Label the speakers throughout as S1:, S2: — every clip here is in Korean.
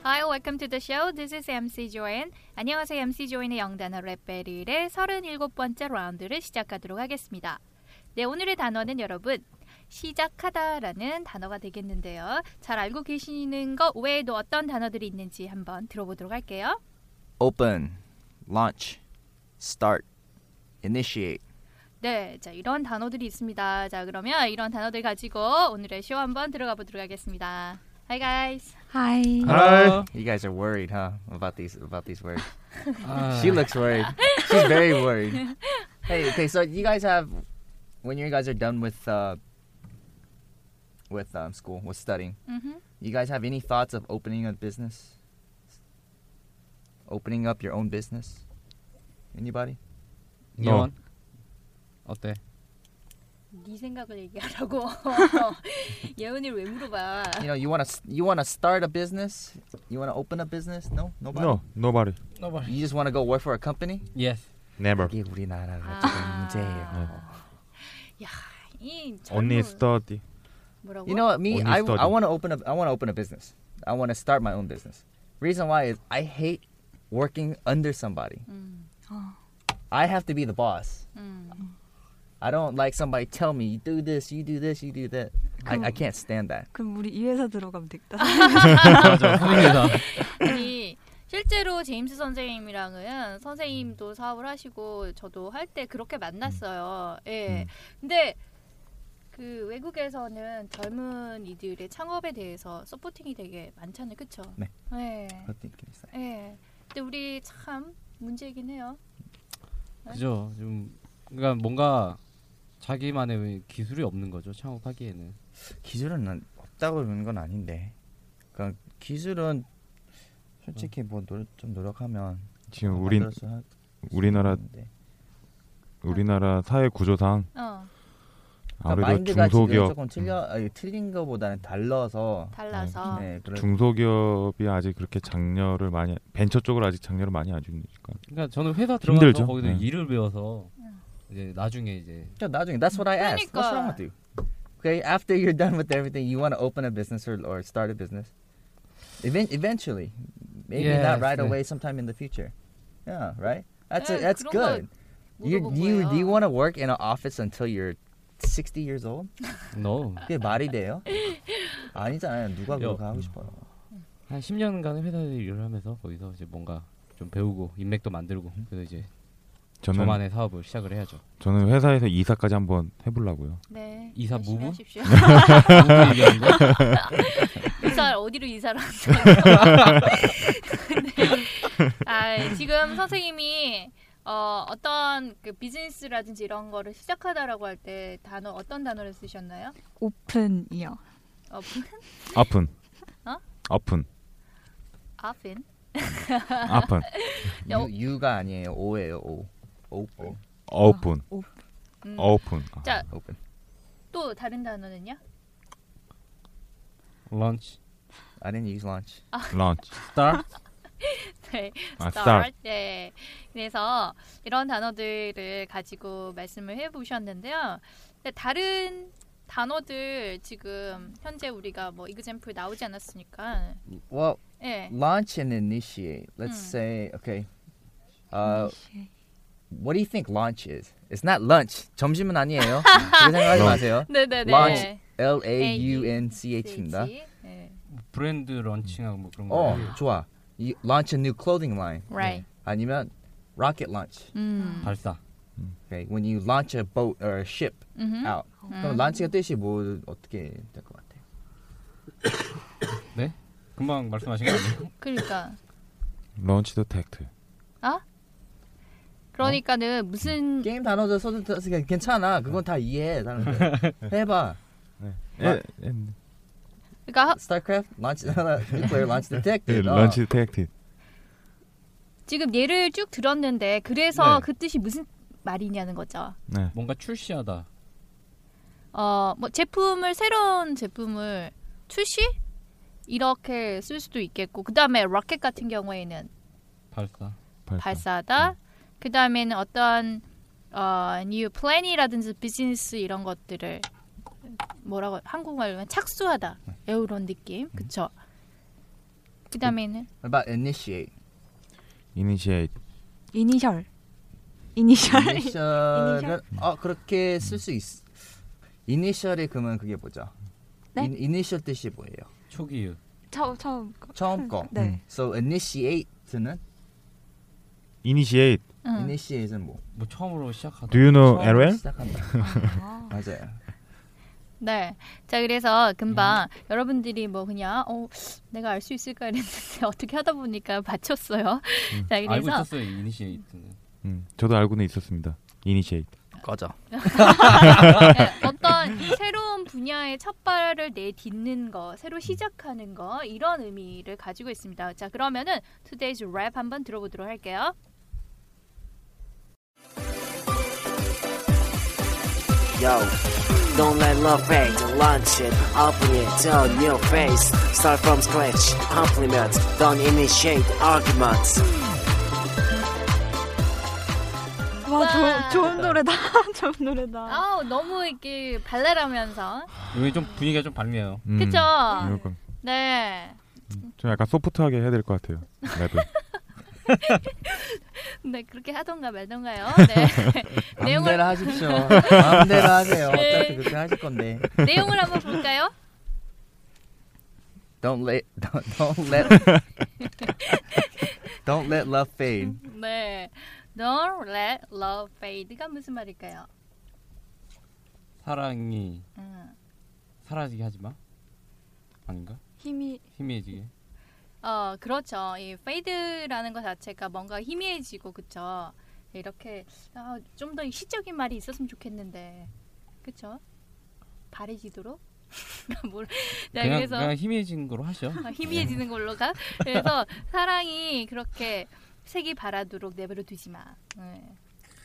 S1: Hi, welcome to the show. This is MC Joanne. 안녕하세요. MC Joanne의 영단어 랩벨일의 37번째 라운드를 시작하도록 하겠습니다. 네, 오늘의 단어는 여러분 시작하다라는 단어가 되겠는데요. 잘 알고 계시는 것 외에도 어떤 단어들이 있는지 한번 들어보도록 할게요.
S2: open, launch, start, initiate.
S1: 네, 자 이런 단어들이 있습니다. 자 그러면 이런 단어들 가지고 오늘의 쇼 한번 들어가 보도록 하겠습니다. Hi guys.
S3: Hi.
S4: Hello.
S2: You guys are worried, huh? About these about these words.
S4: Uh,
S2: she looks worried. She's very worried. Hey, okay, so you guys have when you guys are done with uh with um, school, with studying,
S1: 음,
S2: you guys have any thoughts of opening a business? Opening up your own business? Anybody? No.
S4: no. 네. 어때?
S1: 네 생각을 얘기하라고 예은이를 왜 물어봐?
S2: You know, you want to you want to start a business? You want to open a business? No, nobody.
S5: No, 어, nobody.
S4: Nobody.
S2: You just want to go work for a company?
S4: Yes.
S5: Never.
S2: 이게 우리나라가
S1: 아.
S2: 조금 문제예요.
S1: 이
S5: Only
S1: 잘못-
S5: study.
S1: 뭐라고?
S2: You know what? Me,
S5: Only
S2: I,
S5: study.
S2: I want to open a I want to open a business. I want to start my own business. Reason why is I hate working under somebody.
S5: Mm.
S1: 음,
S2: I have to be the boss.
S1: 음.
S2: I don't like somebody tell me you do this, you do this, you do that. I, I can't stand that.
S3: 그럼 우리 이 회사 들어가면 되겠다.
S4: 맞아. 흥미다.
S1: 아니 실제로 제임스 선생님이랑은
S2: 음.
S1: 선생님도 사업을 하시고 저도 할 때 그렇게 만났어요. 예.
S5: 음.
S1: 근데 그 외국에서는 젊은 이들의 창업에 대해서 서포팅이 되게 많잖아요. 그쵸?
S2: 네. 그렇죠.
S1: 예.
S2: What do you can say?
S1: 예. 근데 우리 참 문제이긴 해요.
S4: 그죠. 좀 그러니까 뭔가 자기만의 왜 기술이 없는 거죠. 창업하기에는.
S2: 기술은 난 없다고 그러는 건 아닌데, 그러니까 기술은 솔직히 뭐 노력 좀 노력하면 아,
S5: 지금 우리
S2: 만들어서 할
S5: 우리나라
S2: 수 있는데.
S5: 우리나라 사회 구조상
S1: 어.
S2: 그러니까
S5: 아무래도
S2: 마인드가 지금
S5: 중소기업 음.
S2: 조금 틀려 아니, 틀린 거보다는 달라서
S1: 달라서.
S2: 네, 그래
S5: 음, 중소기업이 아직 그렇게 장려를 많이 벤처 쪽을 아직 장려를 많이 안 주니까.
S4: 그러니까 저는 회사 들어가서
S5: 힘들죠.
S4: 거기서
S5: 네.
S4: 일을 배워서 이제 나중에 이제
S2: 야, 나중에 that's what I asked.
S1: 그러니까.
S2: What's wrong with you? Okay, after you're done with everything, you want to open a business or, or start a business. Even, eventually, maybe not
S4: Yes,
S2: right
S4: 네.
S2: away. Sometime in the future. Yeah, right. That's a,
S1: 네,
S2: that's
S1: 그런 거
S2: good. You
S1: 물어본
S2: you do you
S1: 거예요.
S2: want to work in an office until you're 60 years old?
S4: no.
S2: 그게 말이 돼요? 아니잖아요. 누가 그렇게
S4: 여-
S2: 하고 싶어요?
S4: 한 10년간 회사에서 일을 하면서 거기서 이제 뭔가 좀 배우고 인맥도 만들고 그래서 이제
S5: 저는
S4: 저만의 사업을 시작을 해야죠.
S5: 저는 회사에서 이사까지 한번 해보려고요.
S1: 네.
S4: 이사
S1: 열심히
S4: 무브?
S1: 하십시오.
S4: 누구 얘기하는 거야?
S1: 이사 어디로 이사를 하세요? 네. 아, 지금 선생님이 어, 어떤 그 비즈니스라든지 이런 거를 시작하다라고 할 때 단어 어떤 단어를 쓰셨나요?
S3: 오픈이요.
S1: 어,
S5: 아픈.
S1: 어?
S5: 아픈.
S1: 아핀.
S5: 아픈.
S1: 여-
S2: 유, 유가 아니에요. 오예요. 오. Open.
S5: 어픈.
S1: 음.
S5: 어픈. 아,
S1: 자,
S2: Open.
S1: 또 다른 단어는요?
S4: 런치.
S2: I didn't use launch.
S5: 런치.
S4: 스타.
S1: 네.
S5: 아, 스타.
S1: start. 네. 그래서 이런 단어들을 가지고 말씀을 해 보셨는데요. 근데 다른 단어들 지금 현재 우리가 뭐 example 나오지 않았으니까
S2: Well,
S1: 예. 네.
S2: launch and initiate. Let's
S1: Mm.
S2: say okay. Uh, what do you think launch is? It's not lunch. 점심은 아니에요. 그렇게 생각하지
S5: Launch.
S2: 마세요.
S1: 네, 네, 네.
S2: Launch. L A U N C H입니다.
S1: 네.
S4: 브랜드 런칭하고 뭐 그런 거.
S2: 어, 좋아. 이, launch a new clothing line. 네.
S1: Right.
S2: 아니면 rocket launch.
S1: 음.
S4: 발사.
S2: Okay. When you launch a boat or a ship
S1: 음.
S2: out. 그럼 launch의 뜻이 뭐 어떻게 될 것 같아요?
S4: 네? 금방 말씀하신 거 아니에요?
S1: 그러니까
S5: 런치도 택트.
S1: 그러니까는 무슨
S2: 게임 단어들 써도 돼서 그냥 괜찮아. 그건 다 이해해. 사람들. 해봐.
S5: 예, 예,
S1: 그러니까
S2: StarCraft launch nuclear launch
S5: 예,
S2: detected. 어.
S5: 런치 택트.
S1: 지금 예를 쭉 들었는데 그래서
S4: 네.
S1: 그 뜻이 무슨 말이냐는 거죠.
S5: 네.
S4: 뭔가 출시하다.
S1: 어, 뭐 제품을 새로운 제품을 출시 이렇게 쓸 수도 있겠고 그다음에 로켓 같은 경우에는
S4: 그렇죠. 발사.
S5: 발사.
S1: 발사하다. 그다음에는 어떠한 어, new plan이라든지 비즈니스 이런 것들을 뭐라고 한국말로 하면 착수하다. 에어런 느낌.
S4: 음.
S1: 그쵸 그다음에는
S2: What about initiate?
S5: 이니시에이트.
S3: 이니셜. 이니셜.
S2: 이니셜은
S3: 이니셜?
S2: 어 그렇게 쓸 수 있. 이니셜이 그러면 그게 뭐죠?
S3: 네?
S2: 인, 이니셜 뜻이 뭐예요?
S4: 초기유.
S3: 처음 처음 거.
S2: 처음 거.
S3: 네.
S2: So initiate는
S5: 이니시에이트.
S4: 음.
S1: 응.
S2: initiate는 뭐?
S4: 뭐 처음으로 시작하다.
S5: Do you know
S2: 처음으로
S5: LOL?
S2: 시작한다.
S3: 아.
S2: 맞아요.
S1: 네. 자, 그래서 금방
S4: 음.
S1: 여러분들이 뭐 그냥 어, 내가 알 수 있을까 이랬는데 어떻게 하다 보니까 맞췄어요. 자,
S4: 음. 알고
S1: 그래서
S4: 있었어요 이니시에이트는.
S5: 음, 저도 알고는 있었습니다. 이니시에이트.
S2: 꺼져.
S1: 네, 어떤 새로운 분야의 첫 발을 내딛는 거, 새로 시작하는 거 이런 의미를 가지고 있습니다. 자, 그러면은 today's rap 한번 들어보도록 할게요.
S6: Yo, don't let love bang, launch it, open it, turn your face, start from scratch, compliment, don't initiate arguments.
S3: 와,
S1: 와.
S3: 저, 좋은 노래다. 좋은 노래다.
S1: 아우, 너무 이렇게 발랄하면서.
S4: 여기 좀 분위기가 좀 밝네요.
S5: 음,
S1: 그쵸
S5: 이거
S1: 네.
S5: 좀 약간 소프트하게 해야 될 것 같아요. 랩을.
S1: 네, 그렇게 하던가 말던가요. 네. 내용을
S2: 마음대로 하십시오. 마음대로 하세요.
S1: 네.
S2: 어차피 그렇게 하실 건데.
S1: 내용을 한번 볼까요?
S2: Don't let don't, don't let don't let love fade.
S1: 네. Don't let love fade가 무슨 말일까요?
S4: 사랑이
S1: 음.
S4: 사라지게 하지 마. 아닌가?
S3: 힘이
S4: 희미해지게.
S1: 어, 그렇죠. 이 fade라는 것 자체가 뭔가 희미해지고 그쵸. 이렇게 아, 좀 더 시적인 말이 있었으면 좋겠는데, 그쵸? 바래지도록. 뭘? 네,
S4: 그냥
S1: 그래서
S4: 그냥 희미해진 거로 하셔.
S1: 아, 희미해지는 걸로 가. 그래서 사랑이 그렇게 색이 바라도록 내버려 두지 마. 네.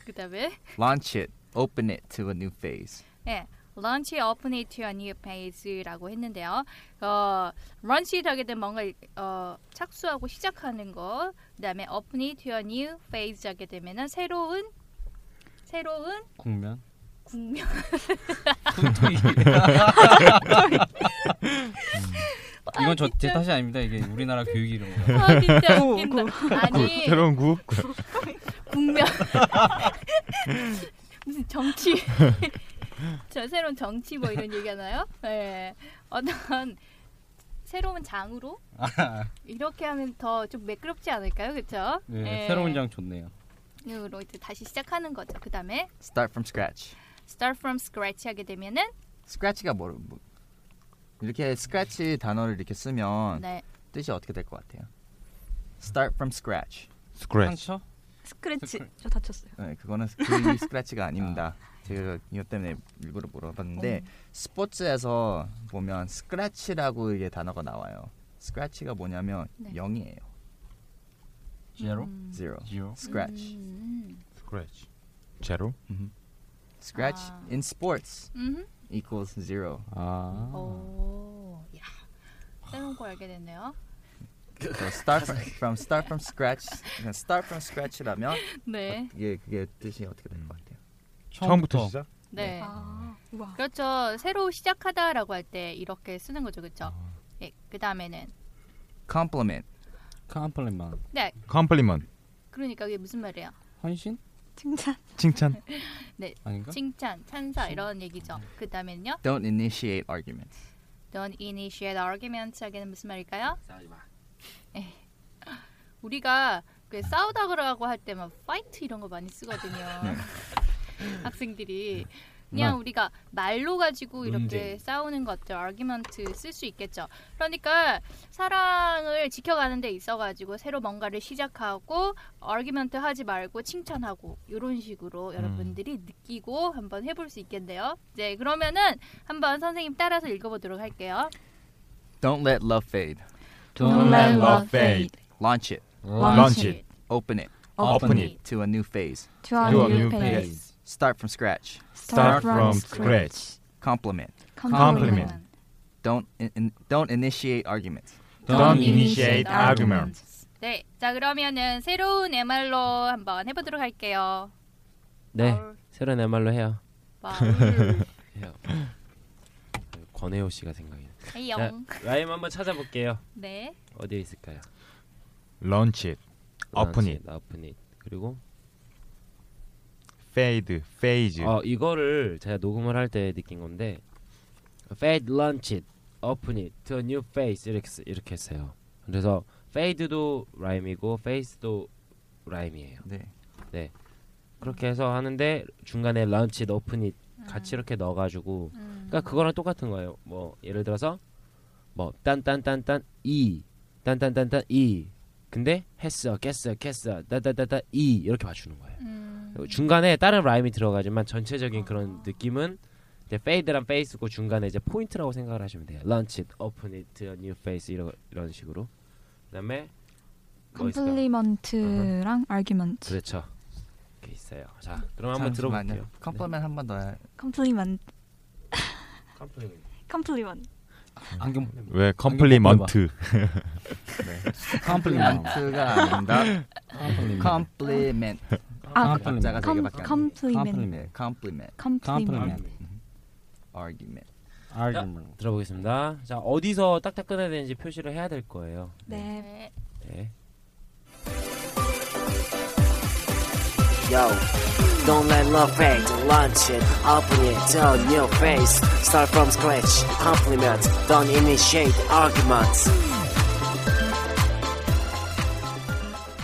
S1: 그다음에
S2: Launch it. Open it to a new phase.
S1: 네, 런치 어프네이트 어니 페이지라고 했는데요. 어, 런치 하게 되면 뭔가 어, 착수하고 시작하는 거. 그다음에 어프네이트 어니 페이지 하게 되면은 새로운 새로운
S4: 국면. 음.
S1: 국면
S4: 이건 저제 탓이 아닙니다. 이게 우리나라 교육 이런 거.
S1: 아, 진짜
S3: 구,
S1: 웃긴다.
S4: 그
S1: 아니
S5: 새로운 구?
S1: 국면 무슨 정치 저 새로운 정치 뭐 이런 얘기하나요? 네 어떤 새로운 장으로 이렇게 하면 더 좀 매끄럽지 않을까요, 그렇죠?
S4: 네, 새로운 장 좋네요.
S1: 으로 이제 다시 시작하는 거죠. 그 다음에
S2: Start from scratch.
S1: start from scratch 하게 되면은
S2: Scratch가 뭐, 뭐 이렇게 scratch 단어를 이렇게 쓰면
S1: 네
S2: 뜻이 어떻게 될 것 같아요? Start from scratch.
S5: 스크래치.
S4: 상처?
S3: 스크래치. 저 다쳤어요.
S2: 네, 그거는 그 scratch가 아닙니다. 제가 이것 때문에 일부러 물어봤는데
S4: 음.
S2: 스포츠에서 보면 scratch라고 이게 단어가 나와요. scratch가 뭐냐면
S1: 네.
S2: 0이에요.
S4: 제로.
S2: zero.
S4: 지오.
S2: scratch.
S1: 음,
S5: 스크래치. 제로?
S2: scratch
S1: 아.
S2: in sports
S1: 음.
S2: equals zero.
S4: 아.
S1: 오, 야, 새로운 걸 알게 됐네요.
S2: So start from, from start from scratch. 그냥 start from scratch라면
S1: 네,
S2: 이게 그게 뜻이 어떻게 될 것 같아요?
S5: 처음부터 시작?
S1: 네.
S3: 아, 우와.
S1: 그렇죠. 새로 시작하다라고 할 때 이렇게 쓰는 거죠, 그렇죠? 예, 그 다음에는
S2: compliment.
S4: 컴플레만.
S1: 네,
S5: 컴플리먼.
S1: 그러니까 그게 무슨 말이에요?
S4: 헌신?
S3: 칭찬.
S5: 칭찬.
S4: 아닌가?
S1: 칭찬, 찬사 이런 얘기죠. 그 다음에는요,
S2: Don't initiate arguments.
S1: Don't initiate arguments 하기는 무슨 말일까요? 예. 우리가 그 싸우다 그러고 할 때만 fight 이런 거 많이 쓰거든요. 학생들이 그냥
S4: 네.
S1: 우리가 말로 가지고 이렇게
S4: 논쟁.
S1: 싸우는 것들 argument 쓸 수 있겠죠. 그러니까 사랑을 지켜가는 데 있어 가지고 새로 뭔가를 시작하고 argument 하지 말고 칭찬하고 이런 식으로
S4: 음.
S1: 여러분들이 느끼고 한번 해볼 수 있겠네요. 네, 그러면은 한번 선생님 따라서 읽어보도록 할게요.
S2: Don't let love fade.
S4: Don't let love fade.
S2: Launch it.
S3: Launch
S1: it.
S2: Open it.
S3: Open
S1: it.
S2: to a new phase.
S3: To a
S5: To a
S3: new
S5: new
S3: page.
S2: Start from scratch.
S5: Start from scratch.
S2: Compliment.
S5: Compliment.
S2: Don't in, in- don't initiate arguments.
S5: Don't initiate
S1: arguments. 네, 자 그러면은 새로운 MR로 한번 해보도록 할게요.
S7: 네,
S1: 바울,
S7: 새로운 애말로 해요.
S1: 바울,
S7: 해요. 권혜호 씨가 생각이. 나. 자,
S1: 해영.
S7: 라임 한번 찾아볼게요.
S1: 네,
S7: 어디에 있을까요?
S5: Launch it. Open it.
S7: 오픈잇. 그리고
S5: Fade. Phase.
S7: 어 이거를 제가 녹음을 할 때 느낀 건데 fade launch it, open it to a new face 이렇게 쓰- 이렇게 했어요. 그래서 fade도 라임이고 face도 라임이에요.
S2: 네.
S7: 그렇게 해서 하는데 중간에 launch it, open it 같이 이렇게 넣어가지고 그러니까 그거랑 똑같은 거예요. 뭐 예를 들어서 뭐 딴딴딴딴 이 딴딴딴딴 이 근데 했어 깼어 깼어 따따따따 이 이렇게 맞추는 거예요.
S1: 음,
S7: 중간에 다른 라임이 들어가지만 전체적인
S3: 아.
S7: 그런 느낌은 이제 페이드랑 페이스고 그 중간에 이제 포인트라고 생각을 하시면 돼요. 런치, 오픈 이트, 뉴 페이스 이런 이런 식으로. 그다음에 뭐 있을까요? 음,
S3: 컴플리먼트랑 아규먼트.
S7: 그렇죠. 이렇게 있어요. 자, 그럼 한번 들어볼게요.
S2: Compliment 한번 더. 해요.
S3: 컴플리먼트.
S7: 컴플리먼트.
S3: 컴플리먼트.
S4: 안경
S5: 왜 컴플리먼트.
S2: Compliment가 아닙니다.
S4: 컴플리먼트.
S2: Compliment.
S3: 아,
S2: 박자가 세
S3: 컴
S2: 개밖에 안 돼.
S3: 컴플리먼트.
S2: 네, compliment.
S3: 컴플리먼트.
S4: 컴플리먼트.
S2: 음. Argument.
S4: 아르몬.
S7: 들어보겠습니다. 자, 어디서 딱딱 끊어야 되는지 표시를 해야 될 거예요.
S3: 네.
S1: 네.
S7: 네.
S6: Yo, don't let love fade. Launch it, open it to a new phase. Start from scratch. Compliment. Don't initiate arguments.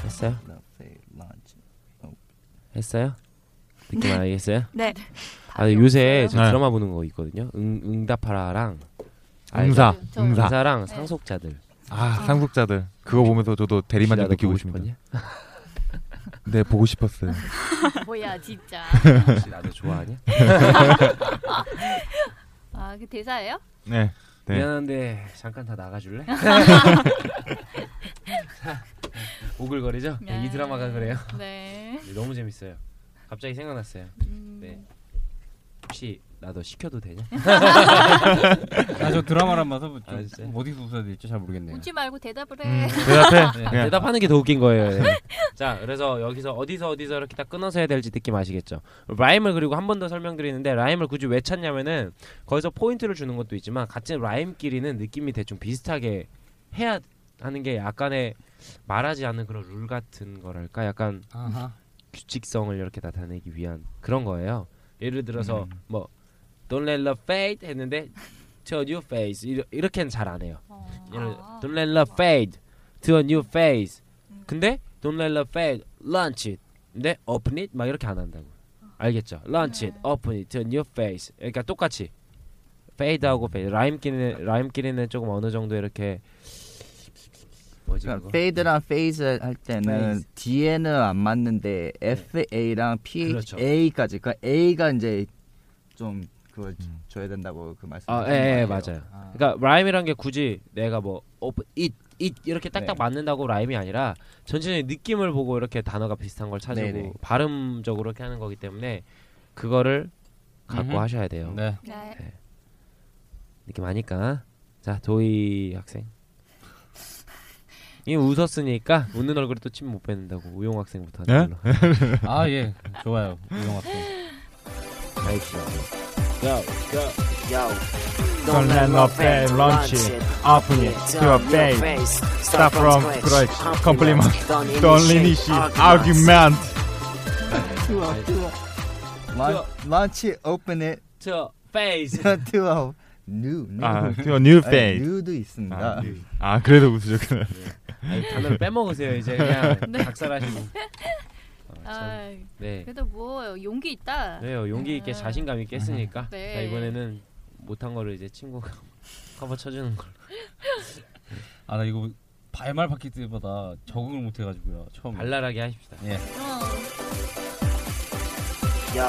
S7: 했어요?
S5: 네.
S2: Love fade. Launch.
S7: 했어요? 느낌 알겠어요?
S3: 네.
S7: 아, 요새 저
S5: 네.
S7: 드라마 보는 거 있거든요. 응, 응답하라랑
S5: 응사.
S1: 저-
S5: 응사.
S7: 사랑
S1: 네.
S7: 상속자들.
S5: 아 상속자들. 그거 보면서 저도 대리만족
S7: 혹시라도
S5: 느끼고
S7: 보고
S5: 있습니다.
S7: 싶었냐?
S5: 네 보고 싶었어요.
S1: 뭐야 진짜.
S7: 혹시 나도 좋아하냐?
S1: 아, 그 대사예요?
S5: 네. 네.
S7: 미안한데 잠깐 다 나가줄래? 자, 오글거리죠? 네, 이 드라마가 그래요.
S1: 네.
S7: 네, 너무 재밌어요. 갑자기 생각났어요.
S1: 음,
S7: 네. 혹시 나도 시켜도 되냐?
S4: 아저 드라마란 봐서 좀
S7: 아, 진짜요?
S4: 어디서 웃어야 될지 잘 모르겠네요.
S1: 웃지 말고 대답을 해.
S5: 대답해.
S7: 네,
S5: 그냥.
S7: 대답하는 게 더 웃긴 거예요. 네. 자, 그래서 여기서 어디서 어디서 이렇게 딱 끊어서 해야 될지 느낌 아시겠죠? 라임을 그리고 한 번 더 설명드리는데 라임을 굳이 왜 찾냐면은 거기서 포인트를 주는 것도 있지만 같은 라임끼리는 느낌이 대충 비슷하게 해야 하는 게 약간의 말하지 않는 그런 룰 같은 거랄까? 약간
S4: 아하.
S7: 규칙성을 이렇게 나타내기 위한 그런 거예요. 예를 들어서
S4: 음.
S7: 뭐 Don't let love fade 했는데 to a new face 이러- 이렇게는 잘 안 해요.
S1: 어.
S7: 예를 들어 Don't let love fade to a new face 근데 Don't let love fade launch it 근데 open it 막 이렇게 안 한다고 알겠죠? launch it open it to a new face 그러니까 똑같이 fade하고 fade 라임끼리는 라임끼리는 조금 어느 정도 이렇게 뭐지
S2: 그러니까
S7: 그거?
S2: fade랑 phase 할 때는
S7: Phase.
S2: D에는 안 맞는데 FA랑 PHA까지. 그러니까 A가 이제 좀 그걸 줘야 된다고 그 말씀.
S7: 아, 예, 예, 맞아요. 그러니까 라임이란 게 굳이 내가 뭐 open it it 이렇게
S2: 네.
S7: 딱딱 맞는다고 라임이 아니라 전체적인 느낌을 보고 이렇게 단어가 비슷한 걸 찾고
S2: 네네.
S7: 발음적으로 이렇게 하는 거기 때문에 그거를 갖고
S4: 음흠.
S7: 하셔야 돼요.
S4: 네.
S1: 네.
S7: 느낌 아니까. 자, 도희 학생. 이 웃었으니까 웃는 얼굴에 또 침 못 뱉는다고 우용 학생부터 하는
S2: 네?
S7: 걸로.
S4: 아 예. 좋아요. 우영 학생.
S7: 가입시다.
S6: Yo, don't let
S5: 네.
S6: love fade. Launch it, open it to a new phase. Start from scratch. Compliment. Don't initiate arguments.
S2: Launch, launch it, open it
S7: 저 페이스.
S2: to a new, new.
S5: 아, to a new
S2: 아니,
S5: phase.
S2: new도 있습니다.
S5: 아, new. 아, 그래도 웃으셨구나.
S7: 아니, 단어를 빼먹으세요 이제 그냥
S1: 네.
S7: 박살하시고. 어, 참.
S1: 아,
S7: 네.
S1: 그래도 뭐 용기 있다.
S7: 그래요. 용기 있게
S1: 아.
S7: 자신감 있게 했으니까.
S1: 네.
S7: 자, 이번에는 못한 거를 이제 친구가 커버 쳐주는
S4: 음.
S7: 걸로.
S4: 아 나 이거 발말 바뀔 때보다 적응을 못 해가지고요 처음.
S7: 발랄하게 하십시다.
S4: 예.
S1: 어,
S6: Yo,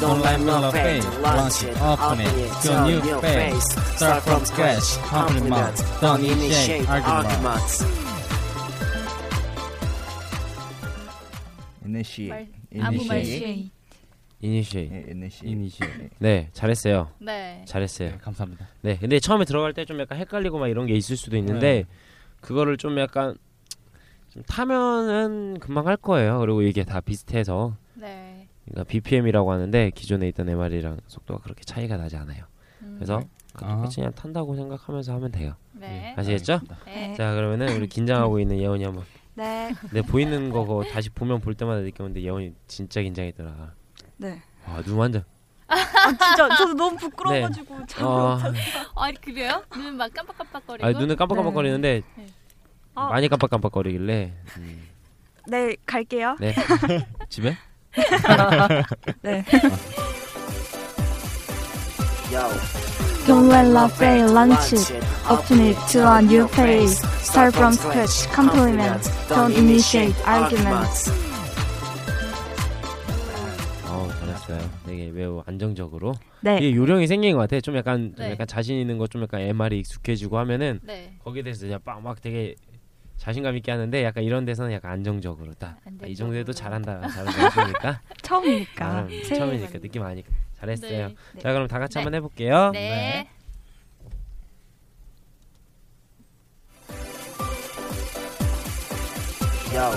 S6: don't let no fade, launch it, open it, your new face, start from scratch, compliment, don't initiate arguments.
S2: initiate,
S1: 말- 아무 말
S2: initiate,
S1: 시-
S4: 네.
S7: 이니시에.
S2: 예, initiate.
S4: 이니시.
S7: 네, 잘했어요.
S1: 네.
S7: 잘했어요.
S4: 네, 감사합니다.
S7: 네, 근데 처음에 들어갈 때 좀 약간 헷갈리고 막 이런 게 있을 수도
S4: 네.
S7: 있는데 그거를 좀 약간 좀 타면은 금방 할 거예요. 그리고 이게 다 비슷해서
S1: 네.
S7: 그러니까 BPM이라고 하는데 기존에 있던 MR이랑 속도가 그렇게 차이가 나지 않아요.
S1: 음,
S7: 그래서
S4: 아,
S7: 똑같이 그냥 탄다고 생각하면서 하면 돼요.
S1: 네.
S7: 아시겠죠?
S1: 네.
S7: 자, 그러면은 우리 긴장하고 있는 예원이 한번.
S3: 네.
S7: 네 보이는 거 그거 다시 보면 볼 때마다 느꼈는데 예원이 진짜 긴장했더라.
S3: 네.
S7: 아눈 완전.
S3: 진짜 저도 너무 부끄러워가지고 참.
S7: 어,
S1: 아 그래요? 눈 막 깜빡깜빡거리고.
S7: 아 눈은 깜빡깜빡거리는데
S1: 네.
S3: 아.
S7: 많이 깜빡깜빡거리길래. 음,
S3: 네 갈게요.
S7: 네. 집에?
S3: 네.
S6: Yo,
S3: Don't let love fail, launch it, open it to a new phase, start from scratch, compliment, don't initiate Uh, arguments.
S7: 어 잘했어요. 되게 매우 안정적으로.
S3: 네.
S7: 이게 요령이 생긴 것 같아. 좀 약간 좀
S1: 네.
S7: 약간 자신 있는 거 좀 약간 MR이 익숙해지고 하면은
S1: 네.
S7: 거기에 대해서 그냥 빡막 되게 자신감 있게 하는데 약간 이런 데서는 약간 안정적으로 딱. 아, 이 정도 해도 잘한다 잘한다 하시니까
S3: 처음이니까.
S7: 아,
S3: 새해
S7: 처음이니까 느낌 아니까 잘했어요.
S1: 그러니까. 네.
S7: 자 그럼 다 같이
S1: 네.
S7: 한번 해볼게요.
S1: 네.
S6: Yo,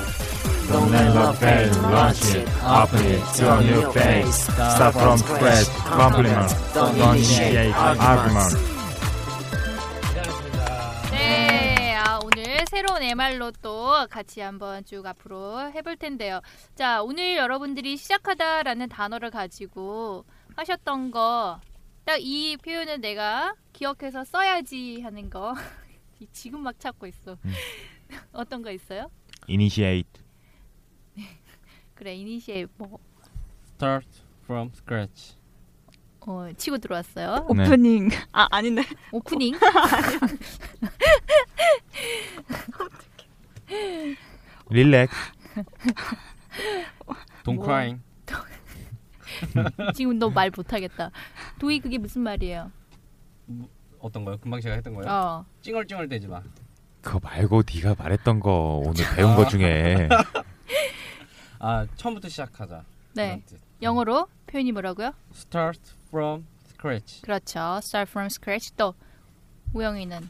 S6: don't let love fade, launch it, open it to a new phase, start from scratch, compliment, don't initiate arguments.
S1: 네, 아, 오늘 새로운 MR로 또 같이 한번 쭉 앞으로 해볼 텐데요. 자, 오늘 여러분들이 시작하다라는 단어를 가지고 하셨던 거, 딱 이 표현은 내가 기억해서 써야지 하는 거. 지금 막 찾고 있어. 어떤 거 있어요?
S5: initiate.
S1: 그래, 이니시에 뭐,
S4: Start from scratch.
S1: 어, 치고 들어왔어요.
S5: 네.
S3: 오프닝 Ah, 아 아닌데
S1: 오프닝.
S5: 릴렉.
S4: Don't
S1: 뭐.
S4: crying.
S1: 지금 너 말 못하겠다. 도희 그게 무슨 말이에요?
S4: 어떤 거요? 금방 제가 했던 거요?
S1: 어.
S4: 찡얼찡얼 대지 마.
S5: 그거 말고 네가 말했던 거 오늘 배운 거 중에
S4: 아 처음부터 시작하자.
S1: 네.
S4: 이런 뜻.
S1: 영어로 표현이 뭐라고요?
S4: Start from scratch.
S1: 그렇죠. Start from scratch 또 우영이는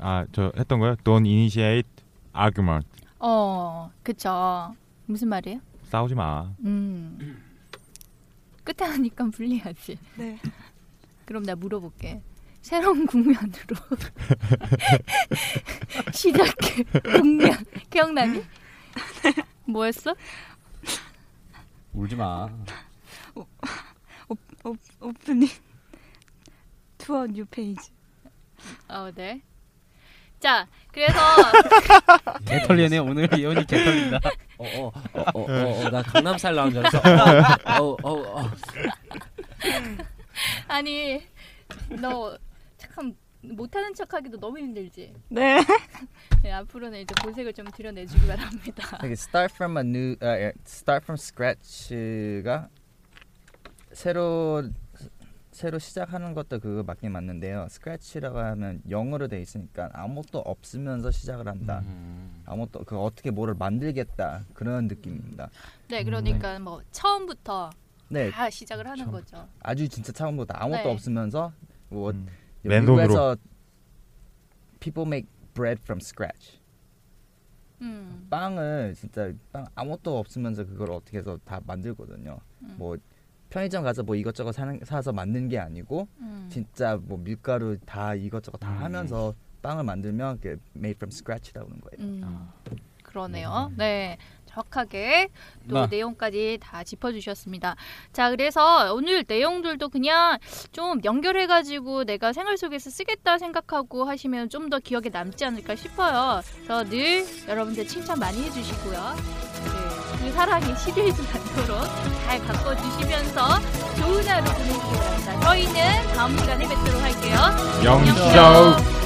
S5: 아, 저 했던 거요? Don't initiate argument.
S1: 어 그쵸 무슨 말이에요?
S5: 싸우지 마.
S1: 음 끝에 하니까 불리하지.
S3: 네.
S1: 그럼 나 물어볼게. 새로운 국면으로 시작해 국면 기억나니? 뭐였어?
S4: 울지 마.
S3: 오프닝 투어 뉴 페이지.
S1: 어 네. 자 그래서
S4: 개털리네 오늘 예원이 개털린다.
S7: 어, 어어어어나 강남살 나온 줄 알았어. 어, 어, 어, 어.
S1: 아니 너 참 못하는 척하기도 너무 힘들지.
S3: 네.
S1: 네, 앞으로는 이제 고색을 좀 드러내주기 바랍니다.
S2: 되게 start from a new, 아, 예, start from scratch가 새로 새로 시작하는 것도 그거 맞긴 맞는데요. scratch라고 하면 영어로 돼 있으니까 아무것도 없으면서 시작을 한다.
S5: 음.
S2: 아무것도 그 어떻게 뭐를 만들겠다 그런 느낌입니다.
S1: 네, 그러니까 뭐 처음부터
S2: 네,
S1: 다 시작을 하는 거죠.
S2: 아주 진짜 처음부터 아무것도
S1: 네.
S2: 없으면서 뭐
S5: 음. 맨손으로.
S2: 미국에서 people make bread from scratch.
S1: 음,
S2: 빵을 진짜 빵 아무것도 없으면서 그걸 어떻게 해서 다 만들거든요. 뭐 편의점 가서 뭐 이것저것 사는, 사서 만든 게 아니고
S1: 음.
S2: 진짜 뭐 밀가루 다 이것저것 다
S4: 음.
S2: 하면서 빵을 만들면 그 made from scratch라고 하는 거예요.
S1: 음, 그러네요. 네, 정확하게 또
S4: 네.
S1: 내용까지 다 짚어주셨습니다. 자, 그래서 오늘 내용들도 그냥 좀 연결해가지고 내가 생활 속에서 쓰겠다 생각하고 하시면 좀 더 기억에 남지 않을까 싶어요. 그래서 늘 여러분들 칭찬 많이 해주시고요. 네, 이 사랑이 시들지 않도록 잘 바꿔주시면서 좋은 하루 보내시기 바랍니다. 저희는 다음 시간에 뵙도록 할게요.
S5: 영쇼.
S1: 안녕.